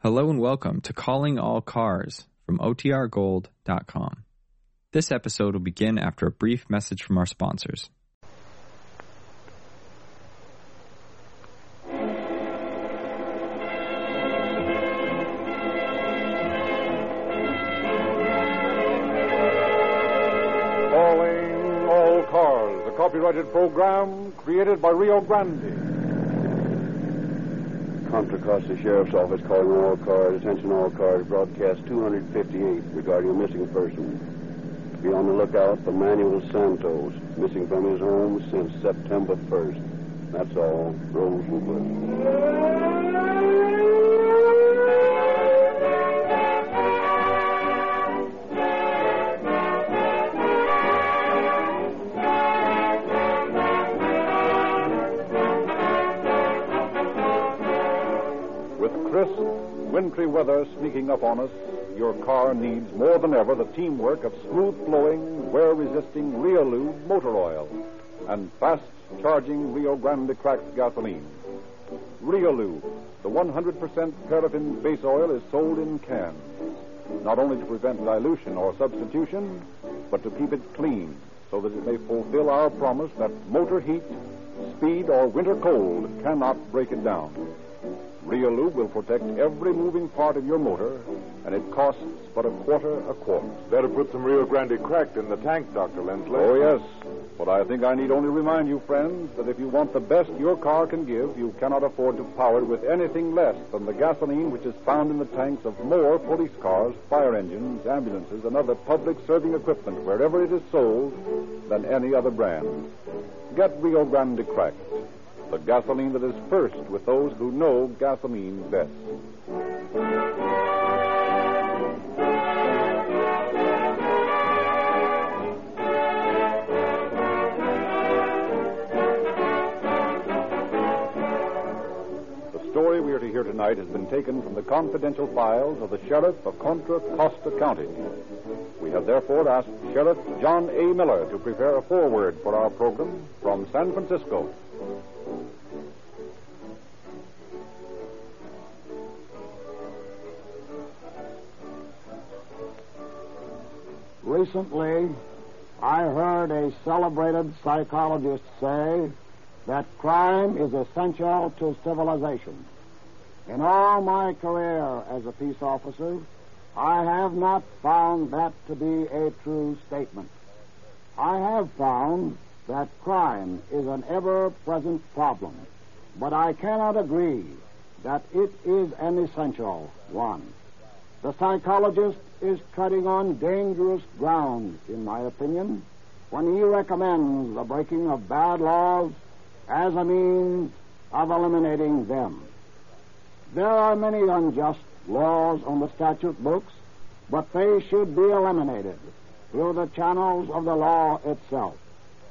Hello and welcome to Calling All Cars from OTRGold.com. This episode will begin after a brief message from our sponsors. Calling all cars, a copyrighted program created by Rio Grande. Contra Costa Sheriff's Office calling all cars, attention all cars, broadcast 258 regarding a missing person. Be on the lookout for Manuel Santos, missing from his home since September 1st. That's all. Rosenberg. With crisp, wintry weather sneaking up on us, your car needs more than ever the teamwork of smooth flowing, wear resisting Riolu motor oil and fast charging Rio Grande cracked gasoline. Riolu, the 100% paraffin base oil, is sold in cans, not only to prevent dilution or substitution, but to keep it clean so that it may fulfill our promise that motor heat, speed, or winter cold cannot break it down. Rio Lube will protect every moving part of your motor, and it costs but a quarter a quart. Better put some Rio Grande cracked in the tank, Dr. Lindsley. Oh, yes. But I think I need only remind you, friends, that if you want the best your car can give, you cannot afford to power it with anything less than the gasoline which is found in the tanks of more police cars, fire engines, ambulances, and other public serving equipment wherever it is sold than any other brand. Get Rio Grande cracked. The gasoline that is first with those who know gasoline best. The story we are to hear tonight has been taken from the confidential files of the sheriff of Contra Costa County. We have therefore asked Sheriff John A. Miller to prepare a foreword for our program from San Francisco. Recently, I heard a celebrated psychologist say that crime is essential to civilization. In all my career as a peace officer, I have not found that to be a true statement. I have found that crime is an ever present problem, but I cannot agree that it is an essential one. The psychologist is treading on dangerous ground, in my opinion, when he recommends the breaking of bad laws as a means of eliminating them. There are many unjust laws on the statute books, but they should be eliminated through the channels of the law itself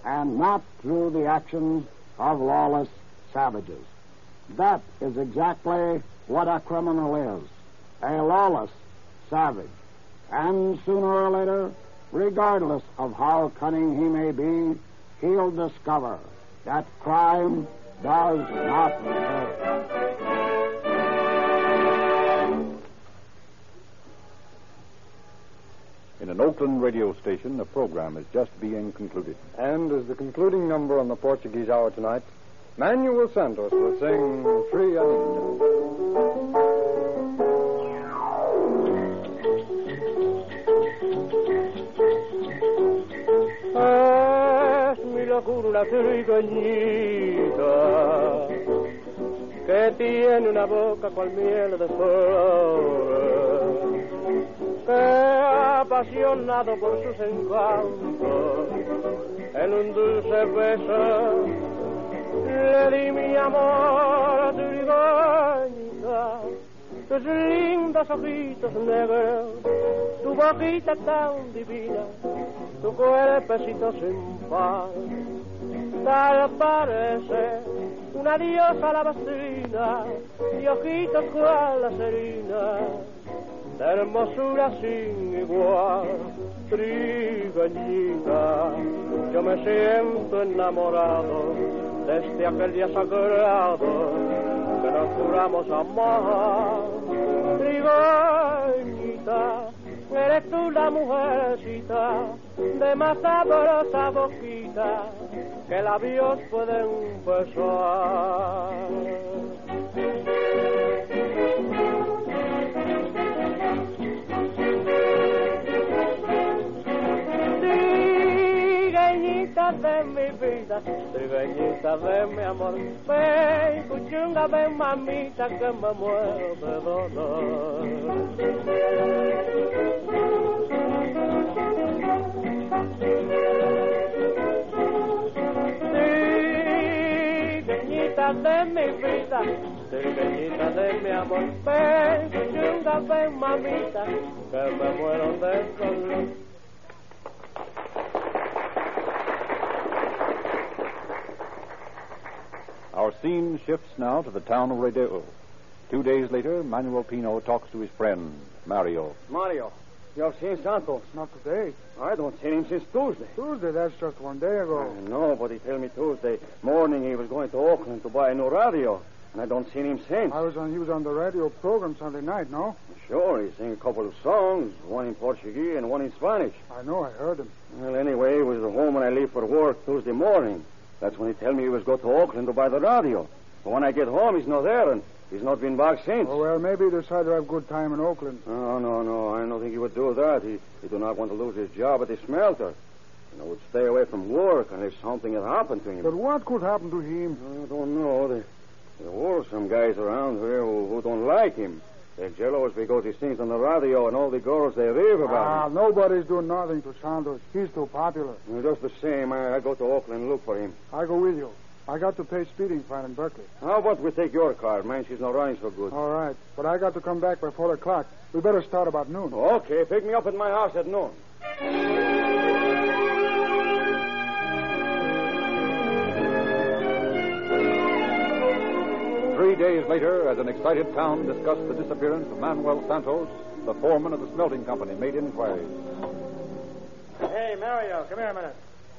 and not through the actions of lawless savages. That is exactly what a criminal is a lawless savage. And sooner or later, regardless of how cunning he may be, he'll discover that crime does not pay. In an Oakland radio station, a program is just being concluded. And as the concluding number on the Portuguese hour tonight, Manuel Santos will sing Free Anita. Es mi locura frigoñita que tiene una boca cual miel de flores que apasionado por sus encantos en un dulce beso le di mi amor frigoñita tus lindos ojitos negros tu boquita tan divina, tu cuerpecito sin par. Tal parece una diosa la vecina, y ojitos cual la serina, de hermosura sin igual. Trigañita, yo me siento enamorado desde aquel día sagrado que nos juramos amar. Eres tú la mujercita de más sabrosa boquita que labios pueden besar. Trigueñita de mi vida, trigueñita de mi amor, ven, cuchunga, ven, mamita, que me muero de dolor. Trigueñita de mi vida, trigueñita de mi amor, ven, cuchunga, ven, mamita, que me muero de dolor. Our scene shifts now to the town of Rodeo. Two days later, Manuel Pino talks to his friend, Mario. Mario, you have seen Santos. Not today. I don't see him since Tuesday. Tuesday, that's just one day ago. No, but he tell me Tuesday morning he was going to Oakland to buy a new radio. And I don't see him since. I was on, he was on the radio program Sunday night, no? Sure, he sang a couple of songs, one in Portuguese and one in Spanish. I know, I heard him. Well, anyway, he was home when I leave for work Tuesday morning. That's when he tell me he was go to Oakland to buy the radio. But when I get home, he's not there, and he's not been back since. Oh, well, maybe he decided to have good time in Oakland. No, Oh, no, no. I don't think he would do that. He, he do not want to lose his job at the smelter. And I would stay away from work unless something had happened to him. But what could happen to him? I don't know. There, there were some guys around here who, who don't like him. They're jealous because he sings on the radio and all the girls they rave Ah, about him. nobody's doing nothing to Santos. He's too popular. And Just the same, I, I go to Oakland and look for him. I go with you. I got to pay speeding fine in Berkeley. How about we take your car? Man, she's not running so good. All right, but I got to come back by four o'clock. We better start about noon. Oh, Okay, pick me up at my house at noon. Three days later, as an excited town discussed the disappearance of Manuel Santos, the foreman of the smelting company made inquiries. Hey, Mario, come here a minute.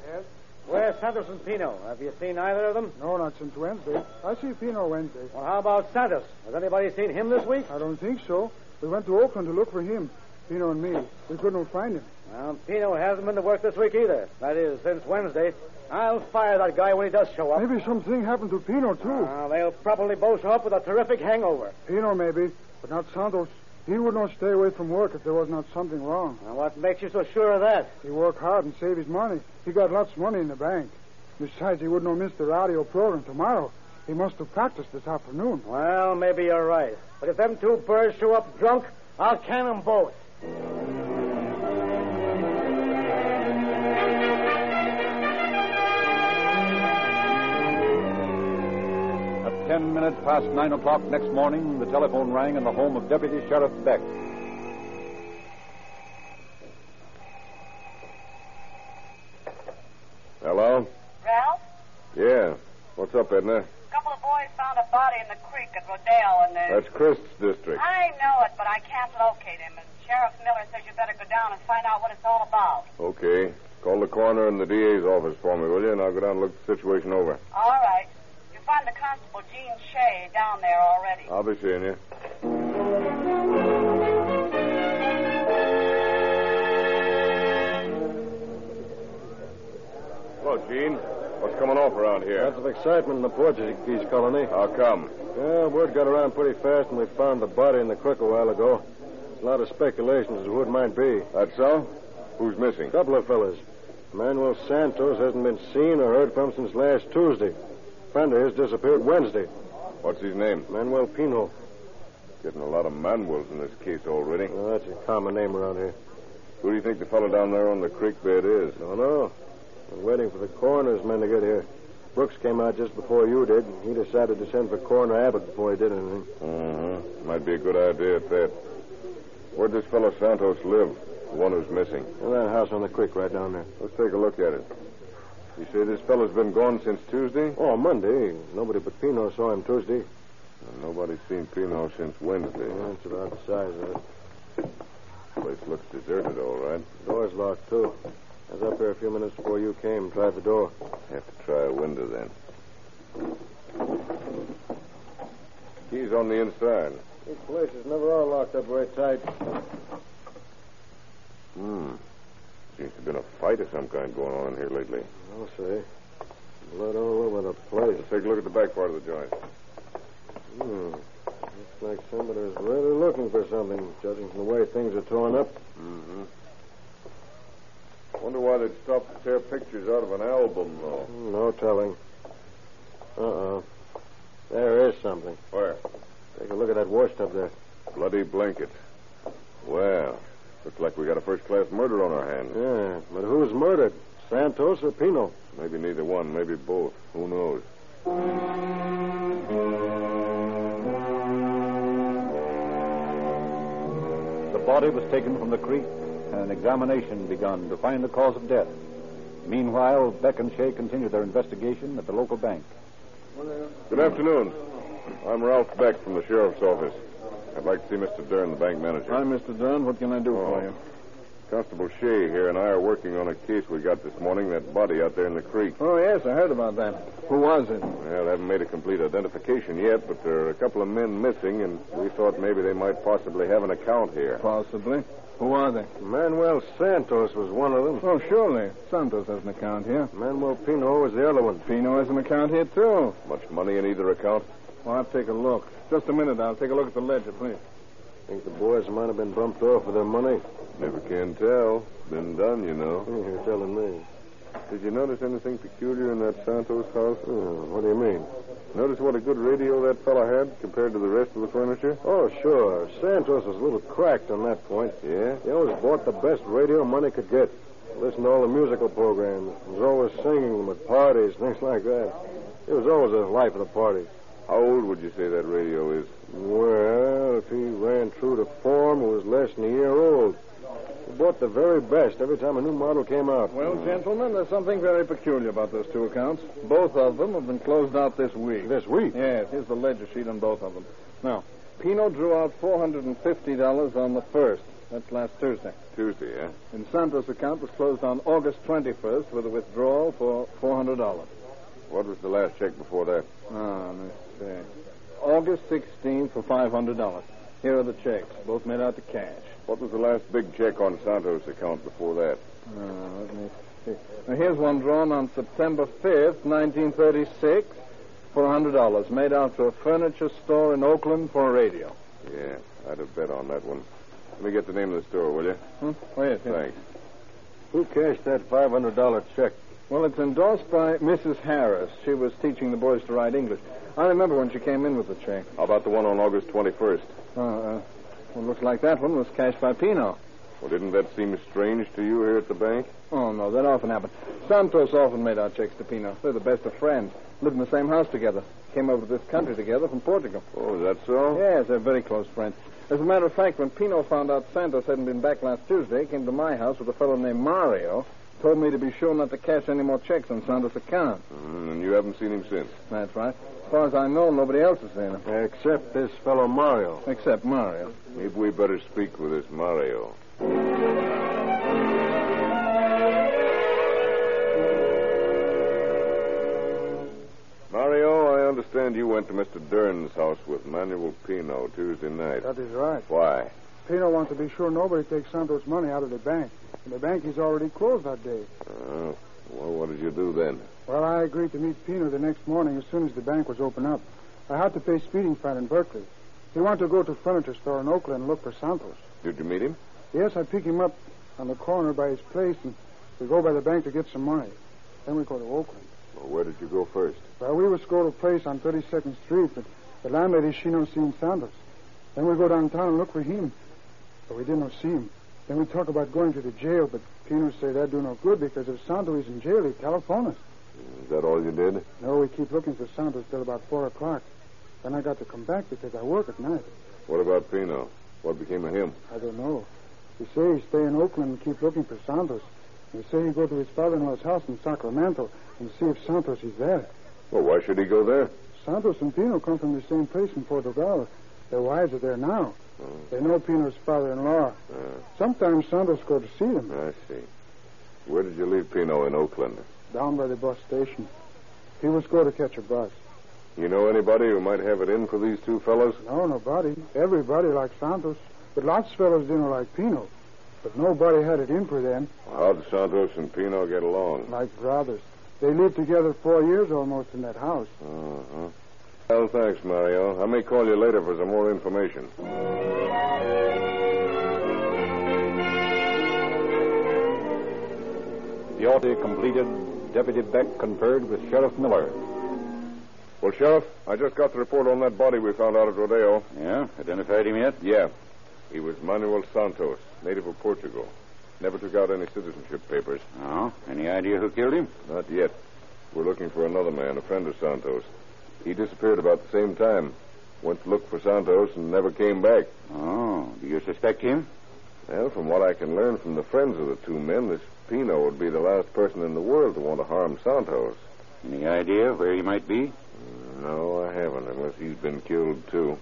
Yes? Where's Santos and Pino? Have you seen either of them? No, not since Wednesday. I see Pino Wednesday. Well, how about Santos? Has anybody seen him this week? I don't think so. We went to Oakland to look for him, Pino and me. We couldn't find him. Well, Pino hasn't been to work this week either. That is, since Wednesday. I'll fire that guy when he does show up. Maybe something happened to Pino, too. Uh, they'll probably both show up with a terrific hangover. Pino, maybe, but not Santos. He would not stay away from work if there was not something wrong. Now, what makes you so sure of that? He worked hard and saved his money. He got lots of money in the bank. Besides, he would not miss the radio program tomorrow. He must have practiced this afternoon. Well, maybe you're right. But if them two birds show up drunk, I'll can them both. At ten minutes past nine o'clock next morning, the telephone rang in the home of Deputy Sheriff Beck. Hello? Ralph, Yeah. What's up, Edna? a couple of boys found a body in the creek at Rodale, and they... That's Christ's district. I know it, but I can't locate him. And Sheriff Miller says you better go down and find out what it's all about. Okay. Call the coroner and the DA's office for me, will you? And I'll go down and look the situation over. All right. You find the constable Gene Shea down there already. I'll be seeing you. Hello, Gene. What's coming off around here? Lots of excitement in the Portuguese colony. How come? Yeah, word got around pretty fast, and we found the body in the creek a while ago. A lot of speculations as to who it might be. That's so? Who's missing? A couple of fellas. Manuel Santos hasn't been seen or heard from since last Tuesday. Friend of his disappeared Wednesday. What's his name? Manuel Pino. Getting a lot of Manuels in this case already. Well, that's a common name around here. Who do you think the fellow down there on the creek bed is? Don't know. I'm waiting for the coroner's men to get here. Brooks came out just before you did, and he decided to send for Coroner Abbott before he did anything. Mm-hmm. Might be a good idea at that. Where'd this fellow Santos live? The one who's missing. In that house on the creek right down there. Let's take a look at it. You say this fellow's been gone since Tuesday? Oh, Monday. Nobody but Pino saw him Tuesday. Nobody's seen Pino since Wednesday. Yeah, that's about the size of it. Place looks deserted, all right. Door's locked, too. I was up here a few minutes before you came. Tried the door. Have to try a window then. Key's on the inside. Oh, This place is never all locked up very tight. Hmm. Seems to have been a fight of some kind going on in here lately. I'll say. Blood all over the place. Let's take a look at the back part of the joint. Hmm. Looks like somebody was really looking for something, judging from the way things are torn up. Mm-hmm. Wonder why they'd stop to tear pictures out of an album, though. No telling. Uh-oh. There is something. Where? Take a look at that washed up there. Bloody blanket. Well, looks like we got a first-class murder on our hands. Yeah, but who's murdered? Santos or Pino? Maybe neither one, maybe both. Who knows? The body was taken from the creek, and an examination begun to find the cause of death. Meanwhile, Beck and Shea continued their investigation at the local bank. Good afternoon. I'm Ralph Beck from the sheriff's office. I'd like to see Mr. Dern, the bank manager. Oh. Hi, Mr. Dunn. What can I do for you? Constable Shea here and I are working on a case we got this morning, that body out there in the creek. Oh, yes, I heard about that. Who was it? Well, haven't made a complete identification yet, but there are a couple of men missing, and we thought maybe they might possibly have an account here. Possibly. Who are they? Manuel Santos was one of them. Oh, surely. Santos has an account here. Manuel Pino was the other one. Pino has an account here, too. Much money in either account? Well, I'll take a look. Just a minute. I'll take a look at the ledger, please. Think the boys might have been bumped off for their money. Hmm, Never can tell. Been done, you know. You're telling me. Did you notice anything peculiar in that Santos house? Oh, what do you mean? Notice what a good radio that fellow had compared to the rest of the furniture? Oh, sure. Santos was a little cracked on that point. Yeah? He always bought the best radio money could get. Listened to all the musical programs. Was always singing them at parties, things like that. He was always the life of the party. How old would you say that radio is? Well, if he ran true to form, it was less than a year old. He bought the very best every time a new model came out. Well, Hmm. gentlemen, there's something very peculiar about those two accounts. Both of them have been closed out this week. This week? Yes, here's the ledger sheet on both of them. Now, Pino drew out $450 on the first. That's last Tuesday. Tuesday, eh? yeah? And Santos' account was closed on August 21st with a withdrawal for $400. What was the last check before that? Ah, let's see. August 16th for $500. Here are the checks, both made out to cash. What was the last big check on Santos' account before that? Uh, let me see. Now, here's one drawn on September 5th, 1936, for $100, made out to a furniture store in Oakland for a radio. Yeah, I'd have bet on that one. Let me get the name of the store, will you? Hmm? Oh, yes, yes. Thanks. Who cashed that $500 check? Well, it's endorsed by Mrs. Harris. She was teaching the boys to write English. I remember when she came in with the check. How about the one on August 21st? Uh, uh, well, looks like that one was cashed by Pino. Well, didn't that seem strange to you here at the bank? Oh, no, that often happened. Santos often made out checks to Pino. They're the best of friends. Lived in the same house together. Came over to this country together from Portugal. Oh, is that so? Yes, they're very close friends. As a matter of fact, when Pino found out Santos hadn't been back last Tuesday, he came to my house with a fellow named Mario. Told me to be sure not to cash any more checks on Santos' account. Mm, and you haven't seen him since. That's right. As far as I know, nobody else has seen him. Except this fellow Mario. Except Mario. Maybe we better speak with this Mario. Mario, I understand you went to Mr. Dern's house with Manuel Pino Tuesday night. That is right. Why? Pino wants to be sure nobody takes Santos' money out of the bank. And the bank is already closed that day. Uh, well, what did you do then? Well, I agreed to meet Pino the next morning as soon as the bank was open up. I had to pay speeding fine in Berkeley. He wanted to go to a furniture store in Oakland and look for Santos. Did you meet him? Yes, I pick him up on the corner by his place, and we go by the bank to get some money. Then we go to Oakland. Well, where did you go first? Well, we was go to a place on 32nd Street, but the landlady, she no seen Santos. Then we go downtown and look for him, but we didn't see him. Then we talk about going to the jail, but Pino say that do no good because if Santos is in jail, he telephone us. Is that all you did? No, we keep looking for Santos till about 4 o'clock. Then I got to come back because I work at night. What about Pino? What became of him? I don't know. He say he stay in Oakland and keep looking for Santos. He say he go to his father-in-law's house in Sacramento and see if Santos is there. Well, why should he go there? Santos and Pino come from the same place in Portugal. Their wives are there now. Oh. They know Pino's father-in-law. Uh, Sometimes Santos go to see them I see. Where did you leave Pino in Oakland? down by the bus station. He was go to catch a bus. You know anybody who might have it in for these two fellows? No, nobody. Everybody likes Santos. But lots of fellows didn't like Pino. But nobody had it in for them, How'd Santos and Pino get along? like brothers. They lived together four years almost in that house. Uh-huh. Well, thanks, Mario. I may call you later for some more information. The autopsy completed, Deputy Beck conferred with Sheriff Miller. Well, Sheriff, I just got the report on that body we found out at Rodeo. Yeah? Identified him yet? Yeah. He was Manuel Santos, native of Portugal. Never took out any citizenship papers. No? Any idea who killed him? Not yet. We're looking for another man, a friend of Santos. He disappeared about the same time. Went to look for Santos and never came back. Oh, do you suspect him? Well, from what I can learn from the friends of the two men, this Pino would be the last person in the world to want to harm Santos. Any idea where he might be? No, Oh, I haven't, unless he's been killed, too.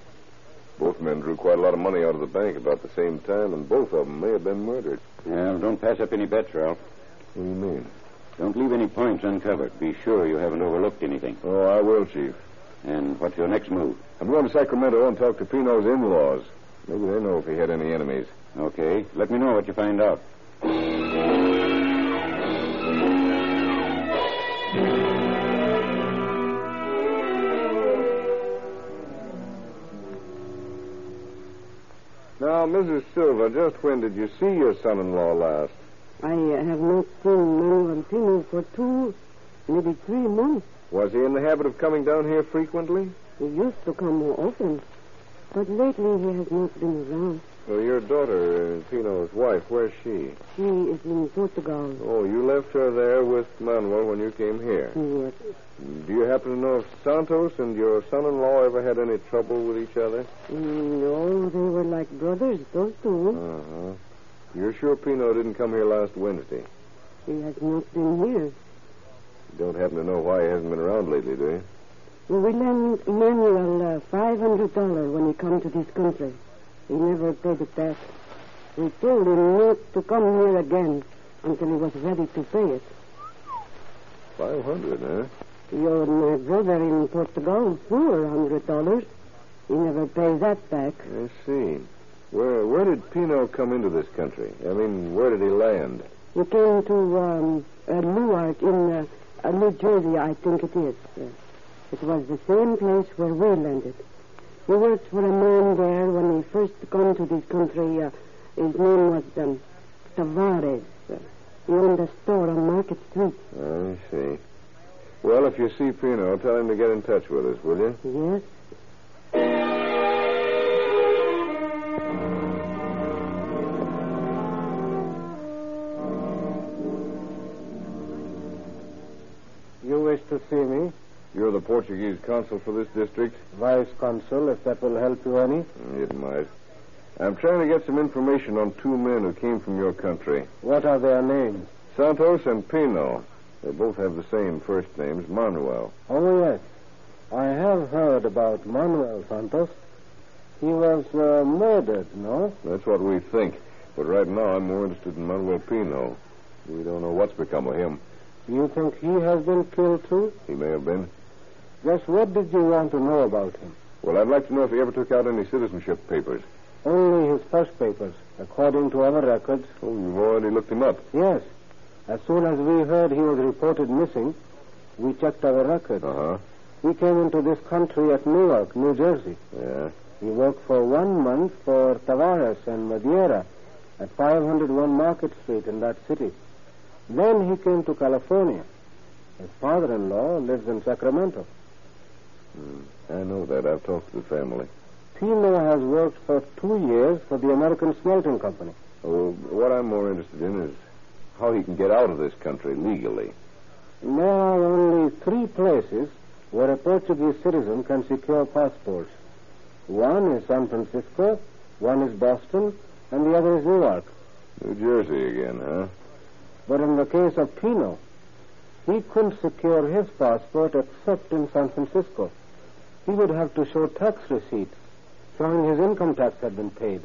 Both men drew quite a lot of money out of the bank about the same time, and both of them may have been murdered. Well, don't pass up any bets, Ralph. What do you mean? Don't leave any points uncovered. Be sure you haven't overlooked anything. Oh, I will, Chief. And what's your next move? I'm going to Sacramento and talk to Pino's in laws. Maybe they know if he had any enemies. Okay. Let me know what you find out. Now, Mrs. Silva, just when did you see your son in law last? I uh, have not seen Manuel Antino for two, maybe three months. Was he in the habit of coming down here frequently? He used to come more often, but lately he has not been around. Well, your daughter, uh, Pino's wife, where's she? She is in Portugal. Oh, you left her there with Manuel when you came here. Yes. Do you happen to know if Santos and your son in law ever had any trouble with each other? No, Mm, oh, they were like brothers, those Uh two. huh. You're sure Pino didn't come here last Wednesday? He has not been here. You don't happen to know why he hasn't been around lately, do you? We lent Manuel uh, $500 when he come to this country. He never paid it back. We told him not to come here again until he was ready to pay it. Five hundred, huh? Your my brother in Portugal four hundred dollars. He never pays that back. I see. Where where did Pino come into this country? I mean, where did he land? He came to um, uh, Newark in uh, uh, New Jersey, I think it is. Uh, it was the same place where we landed. We worked for a man there when he first come to this country. Uh, his name was um, Tavares. Uh, he owned a store on Market Street. I see. Well, if you see Pino, tell him to get in touch with us, will you? Yes. You wish to see me? You're the Portuguese consul for this district. Vice Consul, if that will help you any. It might. I'm trying to get some information on two men who came from your country What are their names? Santos and Pino. They both have the same first names, Manuel. Oh, yes. I have heard about Manuel Santos. He was uh, murdered, no? That's what we think. But right now, I'm more interested in Manuel Pino. We don't know what's become of him. You think he has been killed, too? He may have been. Just what did you want to know about him? Well, I'd like to know if he ever took out any citizenship papers. Only his first papers, according to our records. Oh, you've already looked him up. Yes. As soon as we heard he was reported missing, we checked our records. Uh huh. We came into this country at Newark, New Jersey. Yeah. He worked for one month for Tavares and Madeira at 501 Market Street in that city. Then he came to California. His father-in-law lives in Sacramento. I know that. I've talked to the family. Pino has worked for two years for the American Smelting Company. Well, Oh, what I'm more interested in is how he can get out of this country legally. There are only three places where a Portuguese citizen can secure passports. One is San Francisco, one is Boston, and the other is Newark. New Jersey again, huh? But in the case of Pino, he couldn't secure his passport except in San Francisco. He would have to show tax receipts showing his income tax had been paid,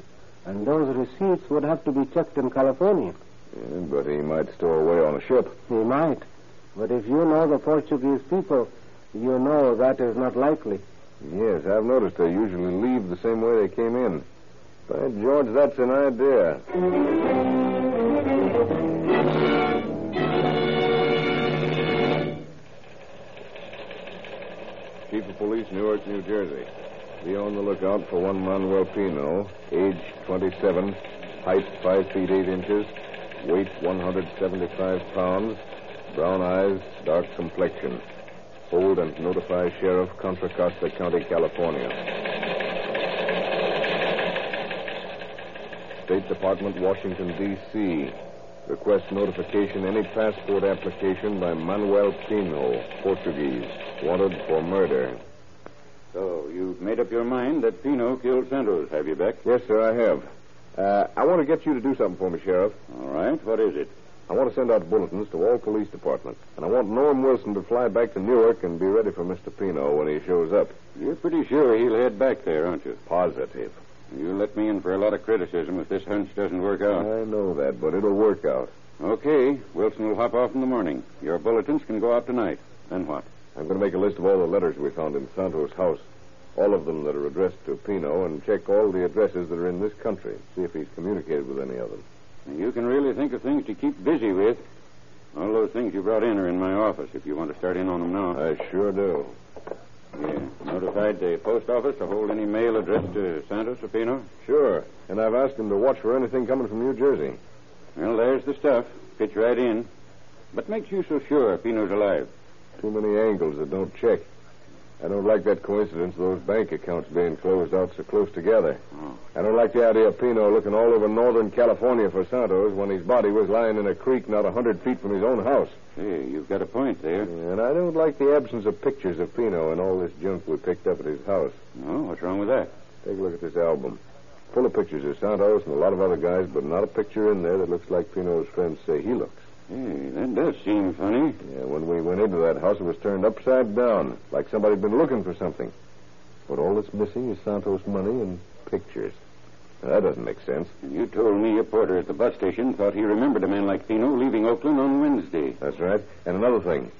and those receipts would have to be checked in California. Yeah, but he might stow away on a ship. He might, but if you know the Portuguese people, you know that is not likely. Yes, I've noticed they usually leave the same way they came in. By George, that's an idea. State Police, Newark, New Jersey. Be on the lookout for one Manuel Pino, age 27, height 5 feet 8 inches, weight 175 pounds, brown eyes, dark complexion. Hold and notify Sheriff Contra Costa County, California. State Department, Washington, D.C. Request notification any passport application by Manuel Pino, Portuguese, wanted for murder. So, you've made up your mind that Pino killed Santos, have you, Beck? Yes, sir, I have. Uh, I want to get you to do something for me, Sheriff. All right, what is it? I want to send out bulletins to all police departments, and I want Norm Wilson to fly back to Newark and be ready for Mr. Pino when he shows up. You're pretty sure he'll head back there, aren't you? Positive. You let me in for a lot of criticism if this hunch doesn't work out. I know that, but it'll work out. Okay, Wilson will hop off in the morning. Your bulletins can go out tonight. Then what? I'm going to make a list of all the letters we found in Santos' house. All of them that are addressed to Pino, and check all the addresses that are in this country. See if he's communicated with any of them. You can really think of things to keep busy with. All those things you brought in are in my office if you want to start in on them now. I sure do. Yeah. Notified the post office to hold any mail addressed to Santos or Pino? Sure. And I've asked him to watch for anything coming from New Jersey. Well, there's the stuff. Fits right in. But makes you so sure Pino's alive. Too many angles that don't check. I don't like that coincidence of those bank accounts being closed out so close together. Oh. I don't like the idea of Pino looking all over northern California for Santos when his body was lying in a creek not a hundred feet from his own house. Hey, you've got a point there. And I don't like the absence of pictures of Pino and all this junk we picked up at his house. No, what's wrong with that? Take a look at this album. Full of pictures of Santos and a lot of other guys, but not a picture in there that looks like Pino's friends say he looks. Hey, that does seem funny. Yeah, when we went into that house, it was turned upside down, like somebody'd been looking for something. But all that's missing is Santos' money and pictures. Now, that doesn't make sense. And you told me your porter at the bus station thought he remembered a man like Pino leaving Oakland on Wednesday. That's right. And another thing.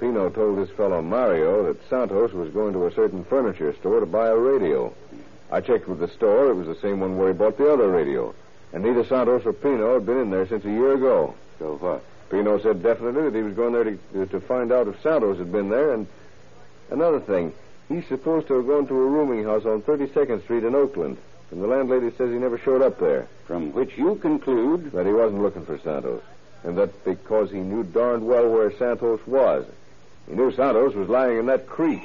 Pino told this fellow Mario that Santos was going to a certain furniture store to buy a radio. I checked with the store. It was the same one where he bought the other radio. And neither Santos or Pino had been in there since a year ago. So what? Pino said definitely that he was going there to, to find out if Santos had been there. And another thing, he's supposed to have gone to a rooming house on 32nd Street in Oakland. And the landlady says he never showed up there. From which you conclude That he wasn't looking for Santos. And that because he knew darned well where Santos was. He knew Santos was lying in that creek.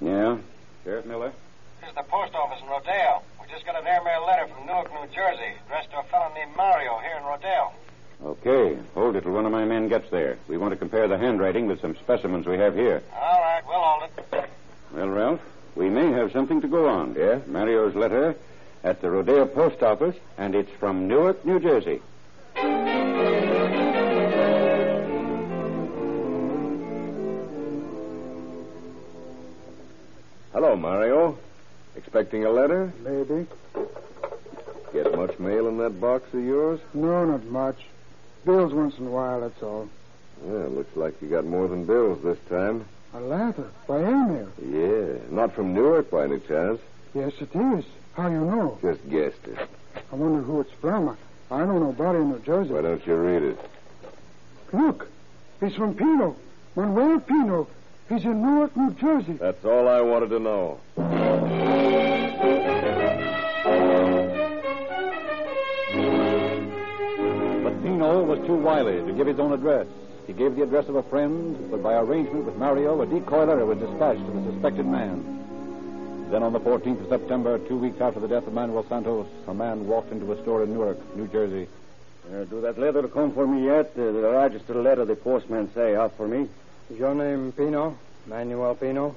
Yeah. Sheriff Miller? This is the post office in Rodale. We just got an airmail letter from Newark, New Jersey, addressed to a fellow named Mario here in Rodale. Okay. Hold it till one of my men gets there. We want to compare the handwriting with some specimens we have here. All right, we'll hold it. Well, Ralph, we may have something to go on. Yeah? Mario's letter at the Rodeo Post Office, and it's from Newark, New Jersey. Hello, Mario. Expecting a letter? Maybe. Get much mail in that box of yours? No, not much. Bills once in a while, that's all. Yeah, looks like you got more than bills this time. A letter by airmail. Yeah, not from Newark by any chance. Yes, it is. How you know? Just guessed it. I wonder who it's from. I I know nobody in New Jersey. Why don't you read it? Look, he's from Pino. Manuel Pino. He's in Newark, New Jersey. That's all I wanted to know. But Pino was too wily to give his own address. He gave the address of a friend, but by arrangement with Mario, a decoy letter was dispatched to the suspected man. Then on the 14th of September, two weeks after the death of Manuel Santos, a man walked into a store in Newark, New Jersey. Uh, do that letter come for me yet? Uh, the register letter the postman say out for me. Is your name Pino? Manuel Pino?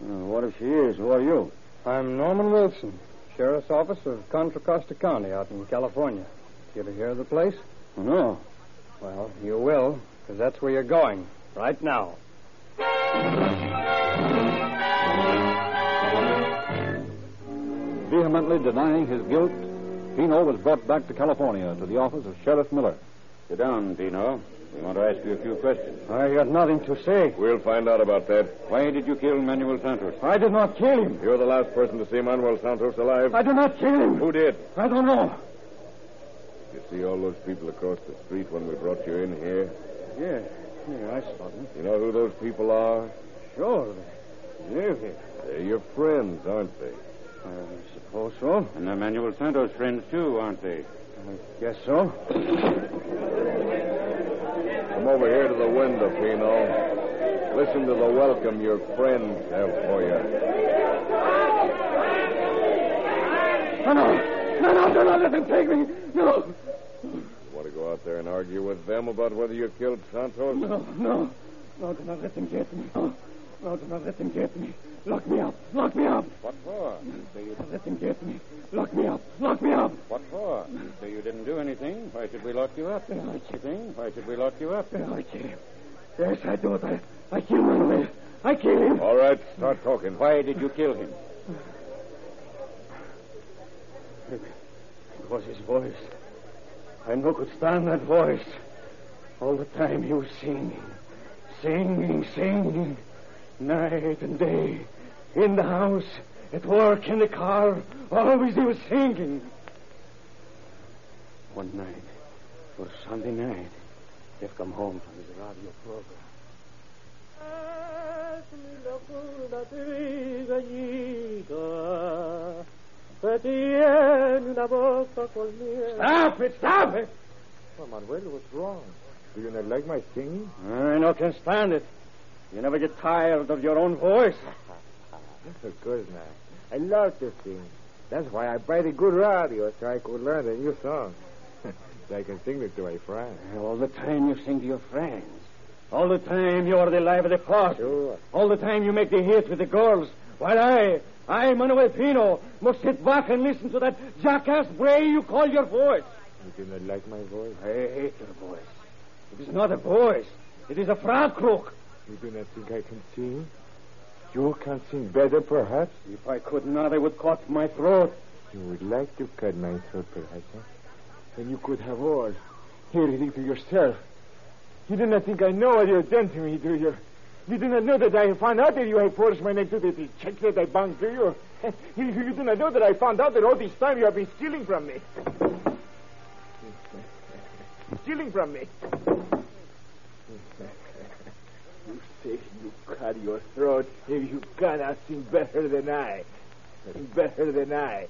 Uh, what if she is? Who are you? I'm Norman Wilson, Sheriff's Office of Contra Costa County out in California. You to hear of the place? No. Oh, Well, you will, 'cause that's where you're going, right now. Vehemently denying his guilt, Pino was brought back to California to the office of Sheriff Miller. Sit down, Pino. We want to ask you a few questions. I got nothing to say. We'll find out about that. Why did you kill Manuel Santos? I did not kill him. You're the last person to see Manuel Santos alive. I did not kill him. Who did? I don't know. You see all those people across the street when we brought you in here? Yeah, yeah, I saw them. You know who those people are? Sure, they live here. They're your friends, aren't they? I suppose so. And Emmanuel Santos' friends, too, aren't they? I guess so. Come over here to the window, Pino. Listen to the welcome your friends have for you. No, no, no, no, do not let them take me. No, Want to go out there and argue with them about whether you killed Santos? no, no. No, do not let them get me. No, no, do not let them get me. Lock me up. Lock me up. What for? You say you Let them get me. Lock me up. Lock me up. What for? You say you didn't do anything. Why should we lock you up? Anything? Why should we lock you up? Yes, I do it. I, I kill my way. I kill him. All right, start talking. Why did you kill him? It was his voice. I no could stand that voice. All the time he was singing, singing, singing, night and day, in the house, at work, in the car. Always he was singing. One night, it was Sunday night. They've come home from his radio program. Stop it! Stop it! Well, Oh, Manuel, what's wrong? Do you not like my singing? I no can stand it. You never get tired of your own voice. Of course not. I love to sing. That's why I buy the good radio so I could learn the new song. so I can sing it to my friends. All the time you sing to your friends. All the time you are the life of the party. All the time you make the hit with the girls. While I, I, Manuel Pino, must sit back and listen to that jackass bray you call your voice. You do not like my voice? I hate your voice. It is not a voice. It is a frog crook. You do not think I can sing? You can sing better, perhaps? If I could not, I would cut my throat. You would like to cut my throat, perhaps, huh? Then you could have all. Everything to yourself. You do not think I know what you have done to me, do you? You do not know that I found out that you have forced my neck to the, the check that I banked, do you? you? You do not know that I found out that all this time you have been stealing from me. Stealing from me. You say you cut your throat if you cannot sing better than I. Better than I.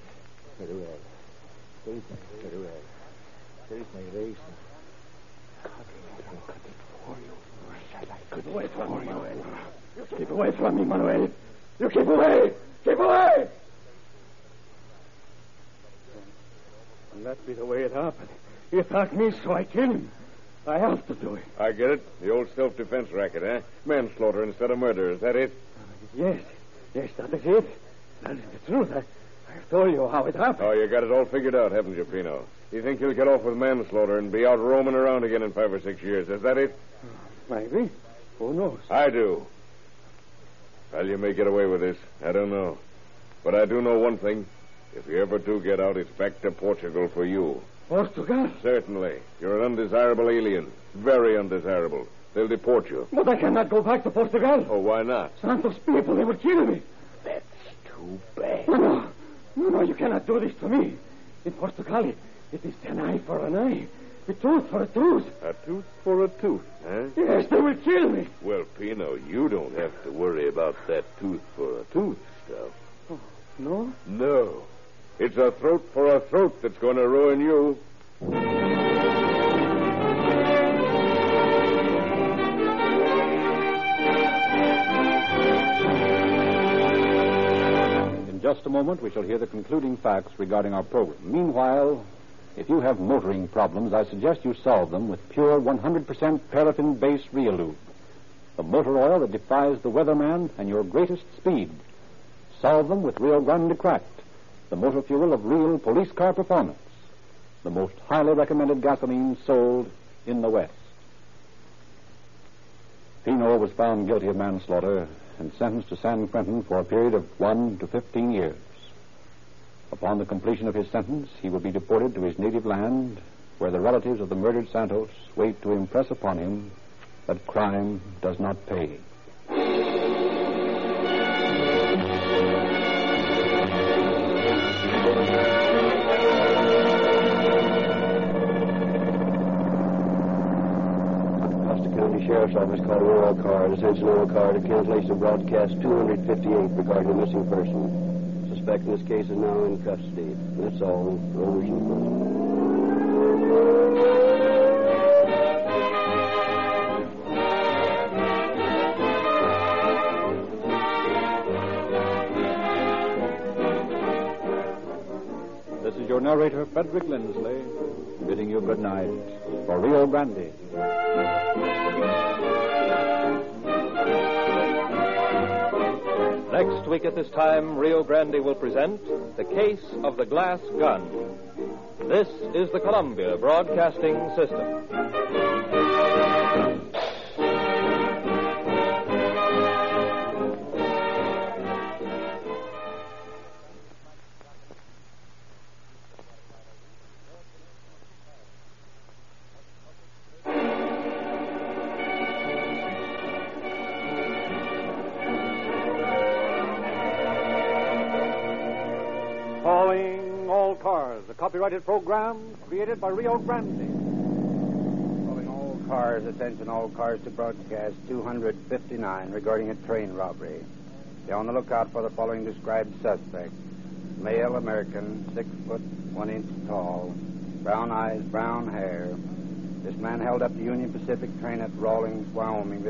Very well. There is my, very well. There is my reason. Keep away from me, Manuel. You keep away from me, Manuel. You keep away. Keep away. And that be the way it happened. He attacked me, so I killed him. I have to do it. I get it. The old self-defense racket, eh? Manslaughter instead of murder. Is that it? Yes. Yes, that is it. That is the truth. I, I've told you how it happened. Oh, you got it all figured out, haven't you, Pino? You think you'll get off with manslaughter and be out roaming around again in five or six years. Is that it? Maybe. Who knows? I do. Well, you may get away with this. I don't know. But I do know one thing. If you ever do get out, it's back to Portugal for you. Portugal? Certainly. You're an undesirable alien. Very undesirable. They'll deport you. But I cannot go back to Portugal. Oh, why not? Santos people, they will kill me. Too bad. No, no. No, no, you cannot do this to me. In Portugal, it is an eye for an eye. A tooth for a tooth. A tooth for a tooth, huh? Yes, they will kill me. Well, Pino, you don't have to worry about that tooth for a tooth stuff. Oh, No? No. It's a throat for a throat that's going to ruin you. In just a moment, we shall hear the concluding facts regarding our program. Meanwhile, if you have motoring problems, I suggest you solve them with pure 100% paraffin based Realube, the motor oil that defies the weatherman and your greatest speed. Solve them with Rio Grande Cracked, the motor fuel of real police car performance, the most highly recommended gasoline sold in the West. Pino was found guilty of manslaughter and sentenced to San Quentin for a period of 1 to 15 years. Upon the completion of his sentence, he will be deported to his native land, where the relatives of the murdered Santos wait to impress upon him that crime does not pay. Costa County Sheriff's Office, call all cars, attention all cars, cancellation of broadcast 258 regarding a missing person. Suspect in this case is now in custody. That's all. Over and This is your narrator, Frederick Lindsley, bidding you good night for Rio Grande. Next week at this time, Rio Grande will present The Case of the Glass Gun. This is the Columbia Broadcasting System. Oh. Calling all cars, a copyrighted program created by Rio Grande. Calling all cars, attention all cars to broadcast 259 regarding a train robbery. Be on the lookout for the following described suspect. Male American, six foot, one inch tall, brown eyes, brown hair. This man held up the Union Pacific train at Rawlings, Wyoming this